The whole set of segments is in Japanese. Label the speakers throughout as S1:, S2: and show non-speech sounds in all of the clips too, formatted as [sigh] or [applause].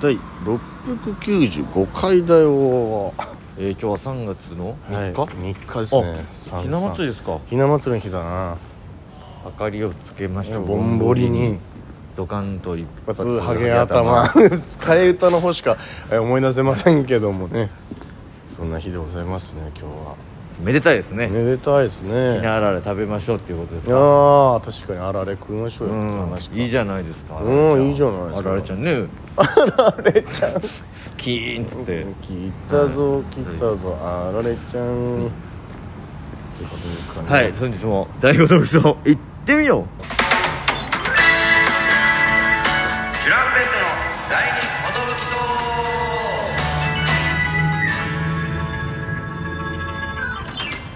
S1: 第695回だよ
S2: えー、今日は3月の3日、
S1: 3日ですね
S2: あ
S1: 三
S2: ひな祭りですか
S1: 三ひな祭りの日だな
S2: 明かりをつけましょう
S1: ぼんぼりに
S2: ドカンと一
S1: 一
S2: 発
S1: 発ハゲ頭替え歌の方しかえ思い出せませんけどもねそんな日でございますね今
S2: めでたいです
S1: 日
S2: ね
S1: はめでたいですね
S2: ひなあられ食べましょうっていうことです
S1: い
S2: か
S1: やー確かにあられ食いましょう
S2: う
S1: よ、って
S2: ん
S1: 話か
S2: いいじゃないですか
S1: うんいいじゃないですか
S2: あられちゃんねあられちゃ [laughs] んキーンっつって
S1: 聞いたぞ聞いたぞ、あられちゃんってことですかね
S2: はい本日も大悟独走行ってみよう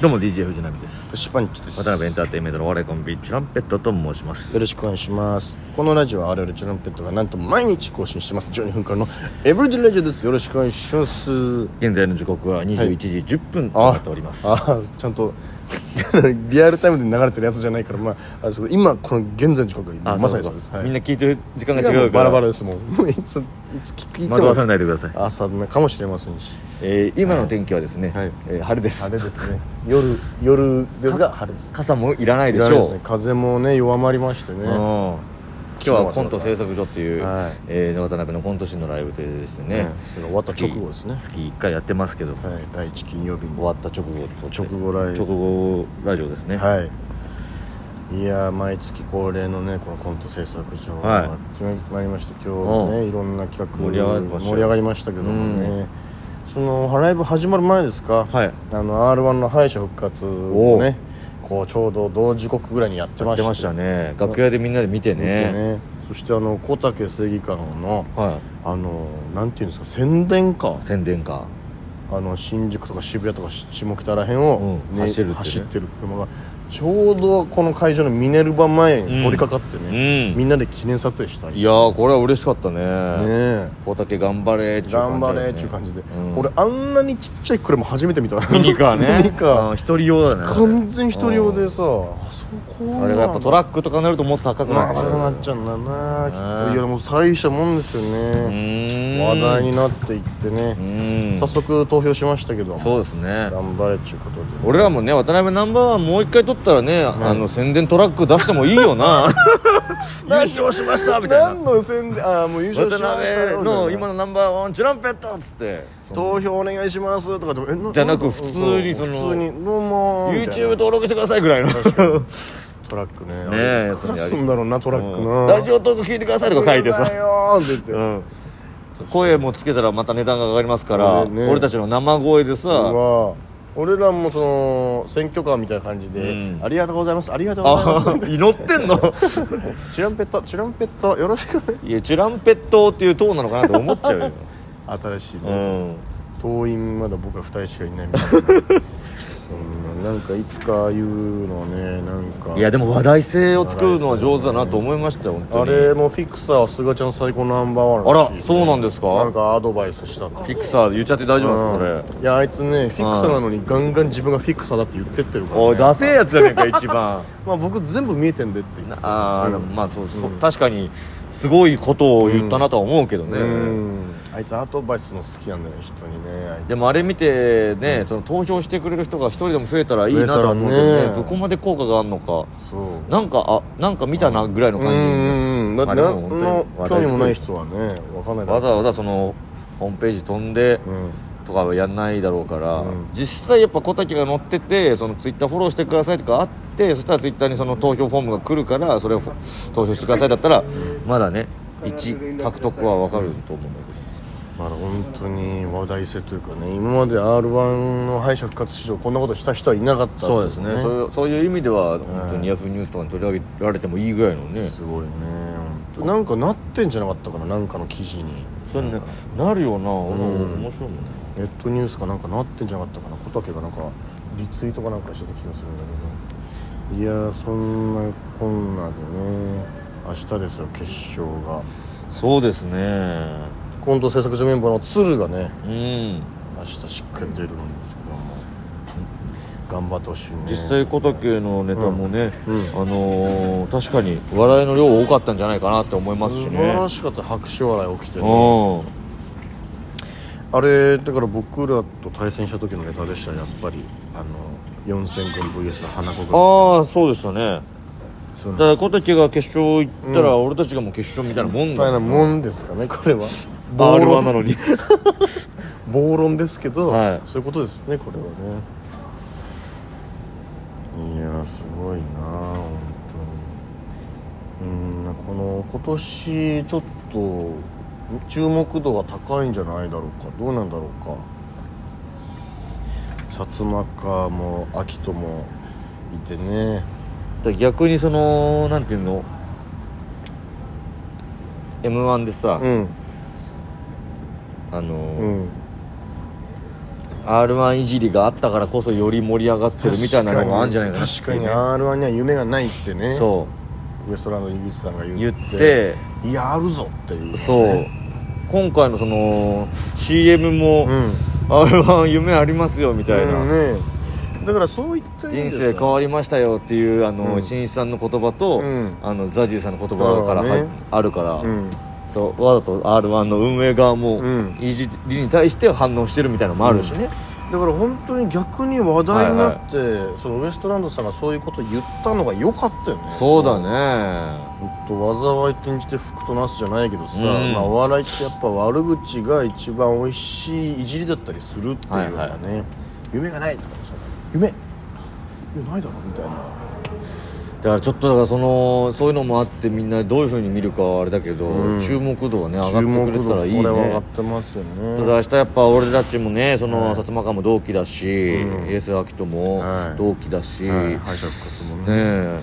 S2: どうも DJ 藤波です
S1: トシパンチです
S2: 渡辺エンターテインメントのお笑いコンビチュランペットと申します
S1: よろしくお願いしますこのラジオはあるあるチュランペットがなんと毎日更新してます12分間のエブリデイラジオですよろしくお願いします
S2: 現在の時刻は21時10分となっております、
S1: あちゃんと [laughs] リアルタイムで流れてるやつじゃないからまああそう今この現在の時刻がまさにそうですはい
S2: みんな聞いてる時間が
S1: も
S2: 違
S1: う
S2: う
S1: バ
S2: から
S1: ラバラですもん [laughs] もういついつ聞いても
S2: 惑わされないでください
S1: 朝のかもしれませんし
S2: えー今の天気はですね、
S1: はい
S2: えー晴れです
S1: 晴れですね夜夜ですが晴れです
S2: 傘もいらないで
S1: いや
S2: し
S1: あれ
S2: ょ
S1: です
S2: う
S1: ね風もね弱まりましてね
S2: うん今日はコント制作所っていう、
S1: はい
S2: えー渡辺のコント師のライブというですね、
S1: ねそれが終わった直後ですね
S2: 月1回やってますけど、
S1: はい第一金曜日に
S2: 終わった直後と撮って
S1: 直後ライブ
S2: 直後ラジオですね、
S1: はいいやー毎月恒例のねこのコント制作所
S2: はい
S1: やってまいりまして今日ねいろんな企画
S2: 盛り上がりましたよ
S1: 盛り上がりましたけどもねそのライブ始まる前ですか、
S2: はい
S1: あの r 1の敗者復活をねこうちょうど同時刻ぐらいにやって
S2: や
S1: ま
S2: って
S1: し
S2: ましたね楽屋でみんなで見て
S1: 見て
S2: ね
S1: ねそしてあの小竹正義感の
S2: は
S1: あのなんていうんですか宣伝か
S2: い宣伝か
S1: あの新宿とか渋谷とかし下北らへん
S2: う
S1: を、
S2: ん
S1: ね
S2: 走るってね
S1: 走ってる車がちょうどこの会場のミネルヴァ前に取り掛かってね、
S2: うん
S1: みんなで記念撮影したりして
S2: いやーこれは嬉しかったね
S1: ねえ
S2: 大竹頑張れーっていう
S1: 頑
S2: 感じ
S1: 張
S2: だよね
S1: れっていう感じで、
S2: うん
S1: 俺あんなにちっちゃい車初めて見た
S2: ミニカーね
S1: ミニカ
S2: うん
S1: ー
S2: 一人用だね
S1: 完全一人用でさあそこ
S2: あれがやっぱト
S1: ラ
S2: ラックとかになるともっと高くなっちゃう
S1: 長くなっちゃうんだなきっ
S2: うん
S1: といやもう大したもんですよ
S2: う
S1: ね
S2: ーん
S1: 話題になっていって
S2: う
S1: ね
S2: ーん
S1: 早速投票しましたけど
S2: そうですね
S1: 頑張れっていうことで
S2: 俺らもね渡辺ナンバーワンもう一回取ったらね、あの宣伝トラック出してもいいよ
S1: [laughs]
S2: な [laughs] 優勝しましたみたいな
S1: 何の宣伝ああもう優
S2: 渡
S1: 勝しました
S2: 辺の今
S1: の
S2: のナンバーワンチュランペットっつって
S1: 投票お願いしますとかでもえな
S2: じゃなく普通に
S1: そう
S2: そ
S1: 普
S2: の
S1: 通にどうもみたいな
S2: YouTube 登録してくださいぐらいの
S1: トラックね
S2: え
S1: あれ
S2: やっぱり
S1: クラスんだろうなトラック
S2: う
S1: なん
S2: ラジオトーク聞いてくださいとか書いて
S1: うる
S2: さ
S1: さいよーって言って
S2: うん声もつけたらまた値段が上がりますから、
S1: ねね
S2: 俺たちの生声で
S1: う
S2: さ
S1: わ俺らもその選挙カーみたいな感じで、
S2: うん
S1: ありがとうございますありがとうございま
S2: あ [laughs] 祈ってんの
S1: すチュランペットチュランペットよろしくね
S2: いやチュランペットっていう党なのかなと思っちゃ
S1: [laughs]
S2: うよ、
S1: 新しいね、
S2: うん、
S1: 党員まだ僕ら2人しかいないみたい
S2: [laughs]
S1: なそんななんかいつかああいうのねなんか
S2: いやでも話題性を作るのは上手だなと思いましたよ本当
S1: あ
S2: に
S1: れもフィクサーは菅ちゃん最高ナンバーワン
S2: あ
S1: しい
S2: らそうなんですか
S1: なんかアドバイスしたって
S2: ピクサー言っちゃって大丈夫なんですか
S1: いやあいつねフィクサーなのにガンガン自分がフィクサーだって言ってってるか
S2: これおい
S1: ら、
S2: ダ
S1: ね、
S2: セえやつじゃねえか一 [laughs] 番
S1: まあ僕全部見えてんでって言って
S2: ああ
S1: う
S2: でも
S1: ん
S2: まあそうそう確かにすごいことを言ったなとは思うけど
S1: う
S2: ね
S1: んあいつアドバイスの好きなんだよね人にねあいつ
S2: でもあれ見てねその投票してくれる人が一人でも増えたらいいなとは思う
S1: 増え
S2: け
S1: た
S2: ど
S1: ら
S2: ね
S1: ね
S2: どこまで効果があるのか
S1: そう
S2: なんかあなんか見たなぐらいの
S1: うん
S2: 感
S1: うんうんだって
S2: まあでも
S1: 何
S2: 本
S1: の
S2: 当に
S1: 興味もない人はねわかんな
S2: じ
S1: い
S2: わざわ
S1: ざ
S2: ざそのホームページ飛んで
S1: うん
S2: とかはやんないだろうから、
S1: うん
S2: 実際やっぱ小竹が載っててそのツイッターフォローしてくださいとかあってそしたらツイッターにその投票フォームが来るからそれをフォ投票してくださいだったらまだね1獲得は分かると思うんだ
S1: まあ本当に話題性というかね今まで r 1の敗者復活史上こんなことした人はいなかった
S2: けどそうですねそういうそういう意味では本当にヤフーニュースとかに取り上げられてもいいぐらいのね
S1: すごいね本当なんかなってんじゃなかったかななんかの記事に
S2: それねなるよな、面白いもんね
S1: ネットニュースかなんかなってんじゃなかったかな小竹がなんかリツイートかなんかしてた気がするんだけどいやーそんなこんなでね明日ですよ決勝が
S2: そうですね
S1: コント制作所メンバーの鶴がね
S2: うん
S1: 明日しっかり出るんですけども頑張ってほしいね
S2: 実際小竹のネタもね、
S1: うんうん
S2: あのー確かに笑いの量多かったんじゃないかなって思いますし
S1: 素
S2: ね
S1: 晴らしかった拍手笑い起きて
S2: う
S1: ね
S2: ん
S1: あれだから僕らと対戦した時のネタでしたやっぱりあの4000軍 VS 花子軍
S2: ああそうですよね
S1: そ
S2: だ
S1: の
S2: から小竹が決勝行ったら、俺たちがもう決勝みたいなもん
S1: みたい
S2: だ
S1: なもんですかねこれは
S2: バールはなのに
S1: 暴論ですけど、
S2: はい
S1: そういうことですねこれはねいやすごいな本当にうんこの今年ちょっと注目度が高いんじゃないだろうかどうなんだろうか薩摩川も秋人もいてね
S2: 逆にそのなんていうの m 1でさ、
S1: ん
S2: あのー
S1: うん
S2: r 1いじりがあったからこそより盛り上がってるみたいなのがあるんじゃないかなっていう
S1: 確かに r 1には夢がないってね
S2: そう
S1: ウエストランド井口さんが言
S2: 言
S1: っ
S2: ってて
S1: いやあるぞっていう、ね、
S2: そう今回のその CM も
S1: うん
S2: 「r 1夢ありますよ」みたいな、
S1: うんね、だからそういった意味で
S2: 人
S1: さ
S2: 生変わりましたよっていうあ
S1: う
S2: の
S1: ん
S2: しんいちさんの言葉と、
S1: うん
S2: あのザジーさんの言葉か
S1: だ
S2: ら
S1: からね
S2: はあるから、
S1: うん
S2: そうわざと r 1の運営側も
S1: うん
S2: いじりに対して反応してるみたいなのもあるしね、
S1: だから本当に逆に話題になって、そのウエストランドさんがそういうこと言ったのが良かったよね
S2: そうだね
S1: 本当災い転じて福となすじゃないけどさ、
S2: うん
S1: まあ、お笑いってやっぱ悪口が一番美味しいいじりだったりするっていうのがね、
S2: は
S1: 夢がないとかさ夢夢ないだろみたいな
S2: だからちょっとだからそのそういうのもあってみんなどういうふうに見るかはあれだけど、
S1: うん
S2: 注目度がね上がってくれてたらいい
S1: 注目度これは上が
S2: ね
S1: ってますよね
S2: ただ明日やっぱ俺たちもねその、
S1: はい
S2: 薩摩川も同期だし、
S1: うん
S2: エースアキトも
S1: はい
S2: 同期だし、
S1: はい
S2: ね
S1: 敗者復活もね
S2: え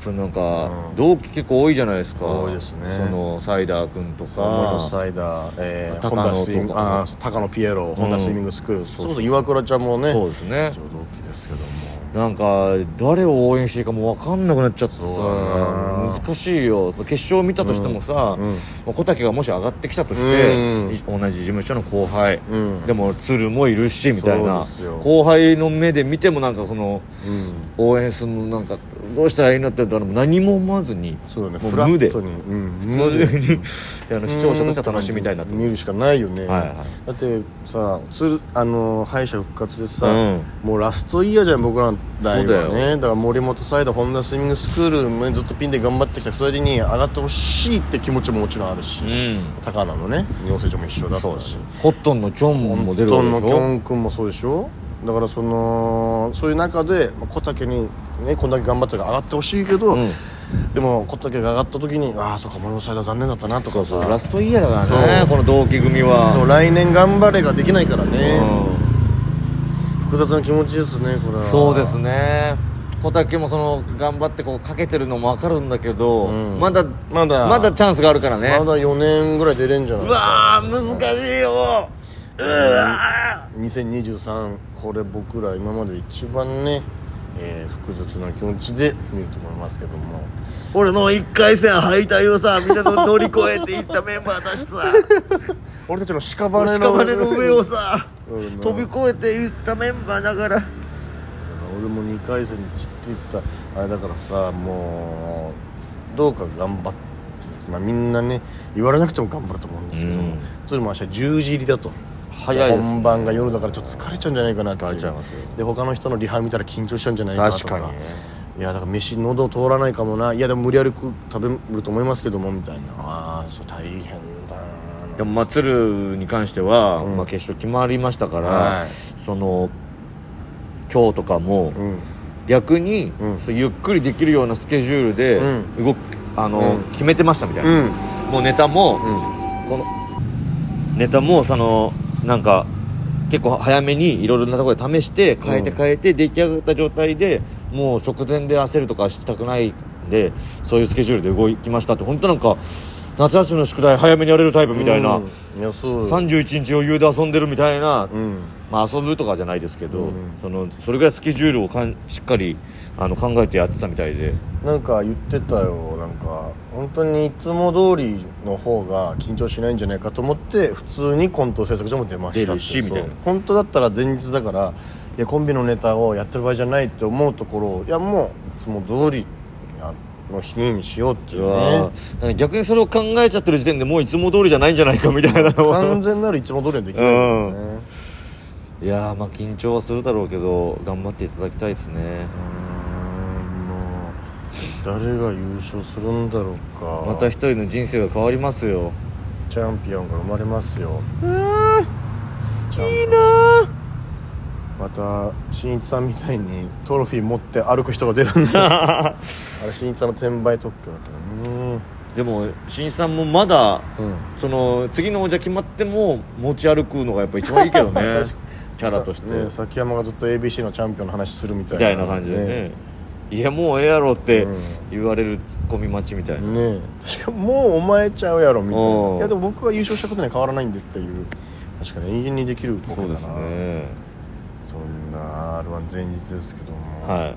S2: そのなんか、
S1: うん
S2: 同期結構多いじゃないですか
S1: 多いですね
S2: そのサイダー君と
S1: サーモ
S2: か
S1: ンサイダー、えー、
S2: 高
S1: 高
S2: 野
S1: 野スイミング
S2: とか
S1: あーそう高野ピエロ、ホンダスイミングスクールそれこそ岩倉ちゃんもね
S2: そうですね
S1: ちょうど同期ですけども
S2: なんか誰を応援していいかもう分かんなくなっちゃってさ
S1: そうだな
S2: 難しいよ決勝見たとしてもさ、
S1: うんうん
S2: まあ小竹がもし上がってきたとして、
S1: うん
S2: い同じ事務所の後輩、
S1: うん
S2: でも鶴もいるしみたい
S1: そう
S2: な
S1: ですよ
S2: 後輩の目で見てもなんかその
S1: うん
S2: 応援するのなんかどうしたらいいのって言ったら何も思わずに
S1: そうだね
S2: も
S1: フラ
S2: 無で
S1: ットに、うん、
S2: 普
S1: 無で
S2: 通にあの視聴者としては楽しみたいなと
S1: 見るしかないよね、
S2: はいはい
S1: だってさつあの敗者復活でさ、
S2: うん
S1: もうラストイヤーじゃん僕らの代は
S2: そうだ
S1: ねだから森本サイダーホンダスイミングスクールもねずっとピンで頑張ってきた2人に上がってほしいって気持ちももちろんあるし、
S2: うん
S1: 高野のね養成所も一緒だったし
S2: コットンのキョンも出るわ
S1: ト
S2: け
S1: ン
S2: で
S1: の
S2: し
S1: きょ
S2: ょ
S1: ん君もそうでしょだからそのそういう中でまあ小竹に、ね、こんだけ頑張ってたから上がってほしいけど、
S2: うん
S1: でも小竹が上がった時にああそうか森本サイダー残念だったなと
S2: そ
S1: か
S2: う
S1: さ
S2: そうラストイヤーだから
S1: そ
S2: ね
S1: う
S2: この同期組は
S1: そう来年頑張れができないからね、
S2: うん
S1: 複雑な気持ちですねこれは
S2: そうですね小竹もその頑張ってこうかけてるのも分かるんだけど、
S1: うん
S2: まだ
S1: まだ
S2: まだチャンスがあるからね
S1: まだ4年ぐらい出れんじゃないう
S2: わー難しいようわ
S1: 2023これ僕ら今まで一番ね、えー複雑な気持ちで見ると思いますけども
S2: ー俺の1回戦敗退をさみんなの乗り越えていったメンバーだしさ [laughs]
S1: 俺たちの
S2: 屍
S1: 屍の
S2: の上をさ
S1: うん
S2: 飛び越えていったメンバーだから
S1: 俺も2回戦に散っていったあれだからさもうどうか頑張って、まあ、みんなね言われなくても頑張ると思うんですけど
S2: う
S1: も
S2: ん
S1: それも明日10時入りだと
S2: 早いですね
S1: 本番が夜だからちょっと疲れちゃうんじゃないかなって
S2: 疲れちゃいますよ
S1: で他の人のリハ見たら緊張しちゃうんじゃないかなとか
S2: 確かにね
S1: いやだから飯喉通らないかもないやでも無理やり食う食べると思いますけどもみたいなああそう大変だな
S2: でもまあ鶴に関しては、まあ、決勝決まりましたから、
S1: は
S2: その今日とかも、
S1: うん
S2: 逆に、
S1: うん
S2: そうゆっくりできるようなスケジュールで
S1: う
S2: 動く、あの
S1: うん
S2: 決めてましたみたいうな、
S1: ん
S2: もうネタも、このネタもそのなんか結構早めにいろいろなところで試して変えて
S1: うん
S2: 変えて出来上がった状態でもう直前で焦るとかしたくないんでそういうスケジュールで動きましたって本当なんか夏休みの宿題早めにやれるタイプみたいな、
S1: うんいやそう
S2: 31日余裕で遊んでるみたいな、
S1: うん
S2: まあ、遊ぶとかじゃないですけど、
S1: うん
S2: そのそれぐらいスケジュールをかんしっかりあの考えてやってたみたいで
S1: なんか言ってたよなんか本当にいつも通りの方が緊張しないんじゃないかと思って普通にコント制作所も出ましたって
S2: 出るし
S1: そう
S2: みたいな
S1: 本当だったら前日だからいやコンビのネタをやってる場合じゃないって思うところをいやもういつも通りやの日にしようっていうう
S2: わ
S1: ね
S2: ーなんか逆にそれを考えちゃってる時点でもういつも通りじゃないんじゃないかみたいなのを
S1: 完全なるいつも通りはできないんだよね
S2: いやーまあ緊張はするだろうけど頑張っていただきたいですね
S1: うーんもう誰が優勝するんだろうか
S2: また一人の人生が変わりますよ
S1: チャンピオンが生まれますよチャンピオン
S2: いいな
S1: また新一さんみたいにトロフィー持って歩く人が出るんだ
S2: [laughs]
S1: あれ新一さんの転売特許だからね
S2: でも新一さんもまだ
S1: うん
S2: その次の王者決まっても持ち歩くのがやっぱ一番いい [laughs] けどねキャラとして、
S1: さね崎山がずっと ABC のチャンピオンの話するみたい
S2: み
S1: な
S2: たいな感じでねいやもうええやろって
S1: うん
S2: 言われるツッコミ待ちみたいな、
S1: ね確かもうお前ちゃうやろみたい
S2: お
S1: な
S2: う
S1: いやでも僕が優勝したことには変わらないんでっていう確かに永遠にできるボケ
S2: そ
S1: だ
S2: う
S1: な
S2: ですね
S1: そんな r 1前日ですけども、
S2: は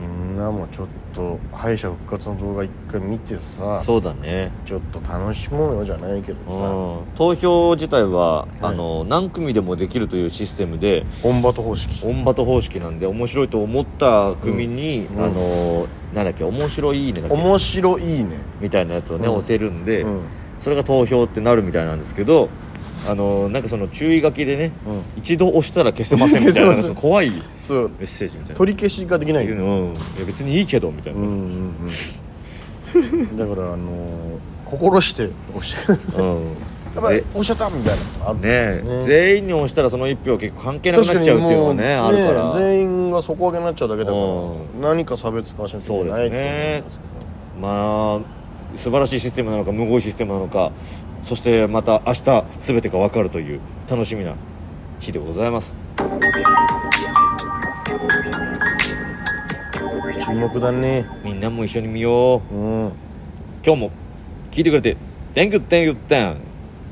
S1: みんなもちょっと敗者復活の動画一回見てさ
S2: いそうだね
S1: ちょっと楽しもうよじゃないけど
S2: う
S1: さ
S2: ん投票自体は、
S1: い
S2: あの何組でもできるというシステムで
S1: オンバト方式
S2: オンバト方式なんで面白いと思った組に、
S1: うん
S2: あのなんだっけ面白いいいねだっけ
S1: 面白いいね
S2: みたいなやつをね、
S1: うん
S2: 押せるんで、
S1: うん
S2: それが投票ってなるみたいなんですけどあのなんかその注意書きでね、
S1: うん
S2: 一度押したら消せませんみた
S1: [laughs]
S2: い
S1: 消せませ
S2: なん怖いメ
S1: そう
S2: ッセージみたいな
S1: 取り消しができない
S2: うん、いや別にいいけどみたいな、
S1: うんうんうん [laughs] だからあのー心して押してくれる
S2: うん
S1: やばい
S2: え
S1: 押しちゃったみたいなことある
S2: ねえ全員に押したらその1票結構関係なくなっちゃうっていうのはねあるから、
S1: 全員が底上げになっちゃうだけだから
S2: うん
S1: 何か差別化はしなきゃいけないと思うんですけど
S2: まあ素晴らしいシステムなのかむごいシステムなのかそしてまた明日全てが分かるという楽しみな日でございます
S1: 注目だね
S2: みんなも一緒に見よう
S1: うん
S2: 今日も聞いてくれて Thank you, thank you, thank you